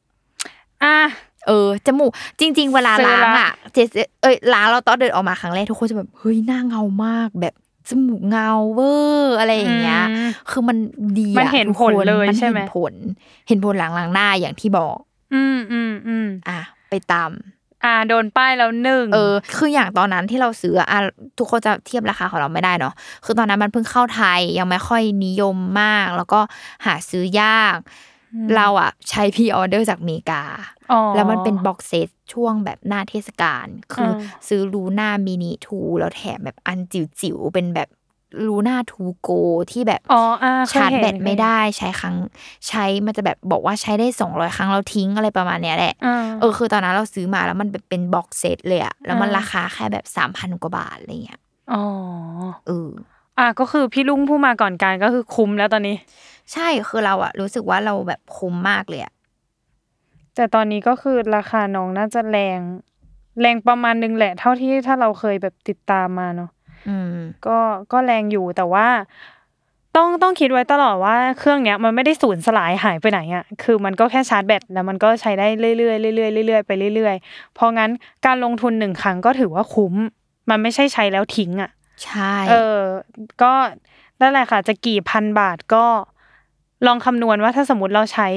Speaker 2: อ่ะ
Speaker 1: เออจมูกจริง ๆ เวลา
Speaker 2: ซื้อ
Speaker 1: ล้าง
Speaker 2: ละ
Speaker 1: อ่ะเจเจเอ้ยล้างเราตอนเดินออกมาครั้งแรกทุกคนจะแบบเฮ้ยหน้าเงามากแบบจมูกเงาเวอร์อะไรอย่างเงี้ย
Speaker 2: อืม
Speaker 1: คือมันดีอะ
Speaker 2: มันเห็น
Speaker 1: ทุกค
Speaker 2: ผลเลย
Speaker 1: มัน
Speaker 2: ใช่ไหม
Speaker 1: เห็นผล เห็นผลหลังล้างหน้าอย่างที่บอก
Speaker 2: อืมอืมอืม
Speaker 1: อ่ะไปตาม
Speaker 2: อ่าโดนป้ายแล้วหนึ่ง
Speaker 1: เออ คืออย่างตอนนั้นที่เราซื้ออะอ่ะทุกคนจะเทียบราคาของเราไม่ได้เนาะคือตอนนั้นมันเพิ่งเข้าไทยยังไม่ค่อยนิยมมาก แล้วก็หาซื้อยาก เราอ่ะใช้ <laughs> พีออเดอร์จากอเมริกา
Speaker 2: อ๋อ
Speaker 1: แล้วมันเป็นบ็อกเซตช่วงแบบหน้าเทศกาล คืออ
Speaker 2: ม
Speaker 1: ซื้อรูหน้ามินิทูแล้วแถมแบบอันจิ๋วๆ เป็นแบบรูหน้าทูโกที่แบบ
Speaker 2: อ๋ออ่าเคย
Speaker 1: ชาร์จ
Speaker 2: เห็น
Speaker 1: แบตไม่ได้ใช้ครั้งใช้มันจะแบบบอกว่าใช้ได้ 200 ครั้งแล้วทิ้งอะไรประมาณเนี้ยแหละ
Speaker 2: อ่า
Speaker 1: เออคือตอนนั้นเราซื้อมาแล้วมันแบบเป็นบ็อกเซตเลยอะแล้วมัน
Speaker 2: อ่า
Speaker 1: ราคาแค่แบบ 3,000 กว่าบาทอะไรเงี้ย
Speaker 2: อ๋อ
Speaker 1: เออ
Speaker 2: อ่ะก็คือพี่ลุงผู้มาก่อนการก็คือคุ้มแล้วตอนนี้
Speaker 1: ใช่คือเราอะรู้สึกว่าเราแบบคุ้มมากเลยอะ
Speaker 2: แต่ตอนนี้ก็คือราคาน้องน่าจะแรง แรงประมาณหนึงแหละ เท่าที่ถ้าเราเคยแบบติดตามมาเนาะ
Speaker 1: อืม
Speaker 2: ก็ก็แรงอยู่แต่ว่าต้องต้องคิดไว้ตลอดว่าเครื่องเนี้ยมันไม่ได้สูญสลายหายไปไหนอะ่ะคือมันก็แค่ชาร์จแบตแล้วมันก็ใช้ได้เรื่อยๆเรื่อยๆเรื่อยๆไปเรื่อยๆเพราะงั้นการลงทุนหนึ่งครั้งก็ถือว่าคุ้ม มันไม่ใช่ใช้แล้วทิ้งอะ่ะ
Speaker 1: ใช่
Speaker 2: เออ ก็นั่นแหละค่ะ จะกี่พันบาทก็ลองคำนวณว่าถ้าสมมติเราใช้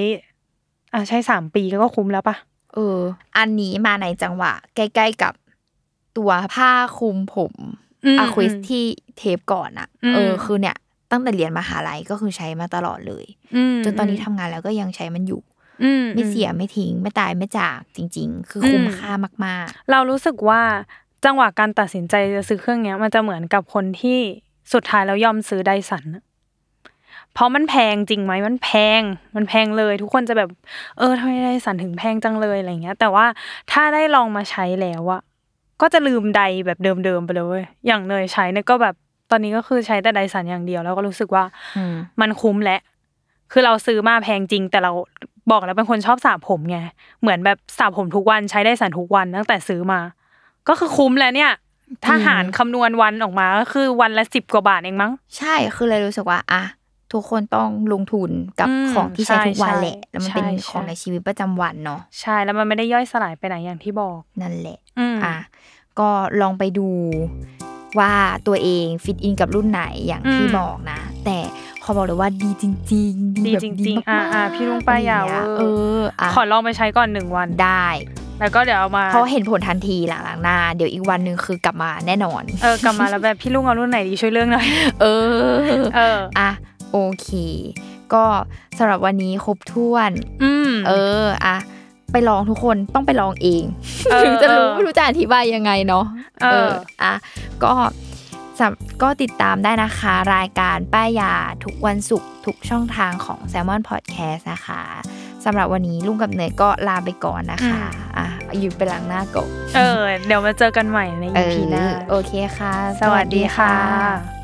Speaker 2: อ่ะใช้สามปีก็คุ้มแล้วปะ
Speaker 1: เออ อันนี้มาในจังหวะ ใกล้ๆกับตัวผ้าคลุมผม
Speaker 2: ม
Speaker 1: อะควิสที่เทปก่อนอะ
Speaker 2: อืม
Speaker 1: เออคือเนี่ย ตั้งแต่เรียนมหาลัยก็คือใช้มาตลอดเลย
Speaker 2: ม
Speaker 1: จนตอนนี้ทำงานแล้วก็ยังใช้มันอยู่
Speaker 2: อือื
Speaker 1: ไม่เสียไม่ทิ้ง ไม่ตายไม่จากจริง ๆ คืออ
Speaker 2: ม
Speaker 1: คุ้มค่ามาก
Speaker 2: เรารู้สึกว่าจังหวะการตัดสินใจจะซื้อเครื่องเนี้ย มันจะเหมือนกับคนที่สุดท้ายแล้วยอมซื้อไดสันน่ะเพราะมันแพงจริงไหมมันแพง มันแพงเลย ทุกคนจะแบบ เออทำไมไดสันถึงแพงจังเลยอะไรเงี้ย แต่ว่าถ้าได้ลองมาใช้แล้วอะก็จะลืมไดแบบเดิมๆไปเลยเว้ยอย่างเนยใช้เนี่ยก็แบบตอนนี้ก็คือใช้แต่ไดสันอย่างเดียวแล้วก็รู้สึกว่า
Speaker 1: อืม
Speaker 2: มันคุ้มแหละ คือเราซื้อมาแพงจริง แต่เราบอกแล้วเป็นคนชอบสระผมไง เหมือนแบบสระผมทุกวันใช้ได้สันทุกวันตั้งแต่ซื้อมา ก็คือคุ้มแล้วเนี่ย ถ้าหารคำนวณวันออกมาก็คือวันละสิบกว่าบาทเองมั้ง
Speaker 1: ๆ ใช่คือเลยรู้สึกว่าอะทุกคนต้องลงทุนกับ
Speaker 2: อืม
Speaker 1: ของที่ใช้
Speaker 2: ใช่
Speaker 1: ทุกวัน
Speaker 2: ใช่
Speaker 1: แหละ แล้วมัน
Speaker 2: ใช่
Speaker 1: เป็น
Speaker 2: ใช่
Speaker 1: ของในชีวิตประจำวันเนาะ
Speaker 2: ใช่แล้วมันไม่ได้ย่อยสลายไปไหนอย่างที่บอก
Speaker 1: นั่นแหละ
Speaker 2: อืม
Speaker 1: อ่ะก็ลองไปดูว่าตัวเองฟิตอินกับรุ่นไหนอย่างที่
Speaker 2: อืม
Speaker 1: บอกนะ แต่ขอบอกเลยว่าดีจริง ๆ ดี
Speaker 2: ดี
Speaker 1: แบบ
Speaker 2: จริงๆ
Speaker 1: ดีมากๆ
Speaker 2: อ่ะๆพี่ลุงป้ายา
Speaker 1: อะไรอง
Speaker 2: เวอร์
Speaker 1: เงี้เอออ่ะ
Speaker 2: ขอลองไปใช้ก่อนหนึ่งวัน
Speaker 1: ได้
Speaker 2: แล้วก็เดี๋ยวเอามา
Speaker 1: เพราะเห็นผลทันทีหลังๆหน้า เดี๋ยวอีกวันหนึ่งคือกลับมาแน่นอน
Speaker 2: เออกลับมาแล้วแบบพี่ลุงเอารุ่นไหนดีช่วยเรื่องหน่อย <laughs>
Speaker 1: เออ
Speaker 2: เออ
Speaker 1: อ่ะโอเค ก็สำหรับวันนี้ครบถ้วน
Speaker 2: อืม
Speaker 1: เอออ่ะไปลองทุกคนต้องไปลองเอง
Speaker 2: เออ
Speaker 1: ถึงจะรู้
Speaker 2: เออ
Speaker 1: ไม่รู้จะอธิบายยังไงเนาะ
Speaker 2: เออ
Speaker 1: อ่ะก็สำก็ติดตามได้นะคะ รายการป้ายยาทุกวันศุกร์ทุกช่องทางของ s ซ l m o n Podcast นะคะสำหรับวันนี้ลุงกับเนยก็ลาไปก่อนนะคะอ่ะอยู่ไปล้างหน้าก่อน
Speaker 2: เออ เดี๋ยวมาเจอกันใหม่ใน EP หน้า
Speaker 1: เออโอเคค่ะ
Speaker 2: สวัสดีค่ะ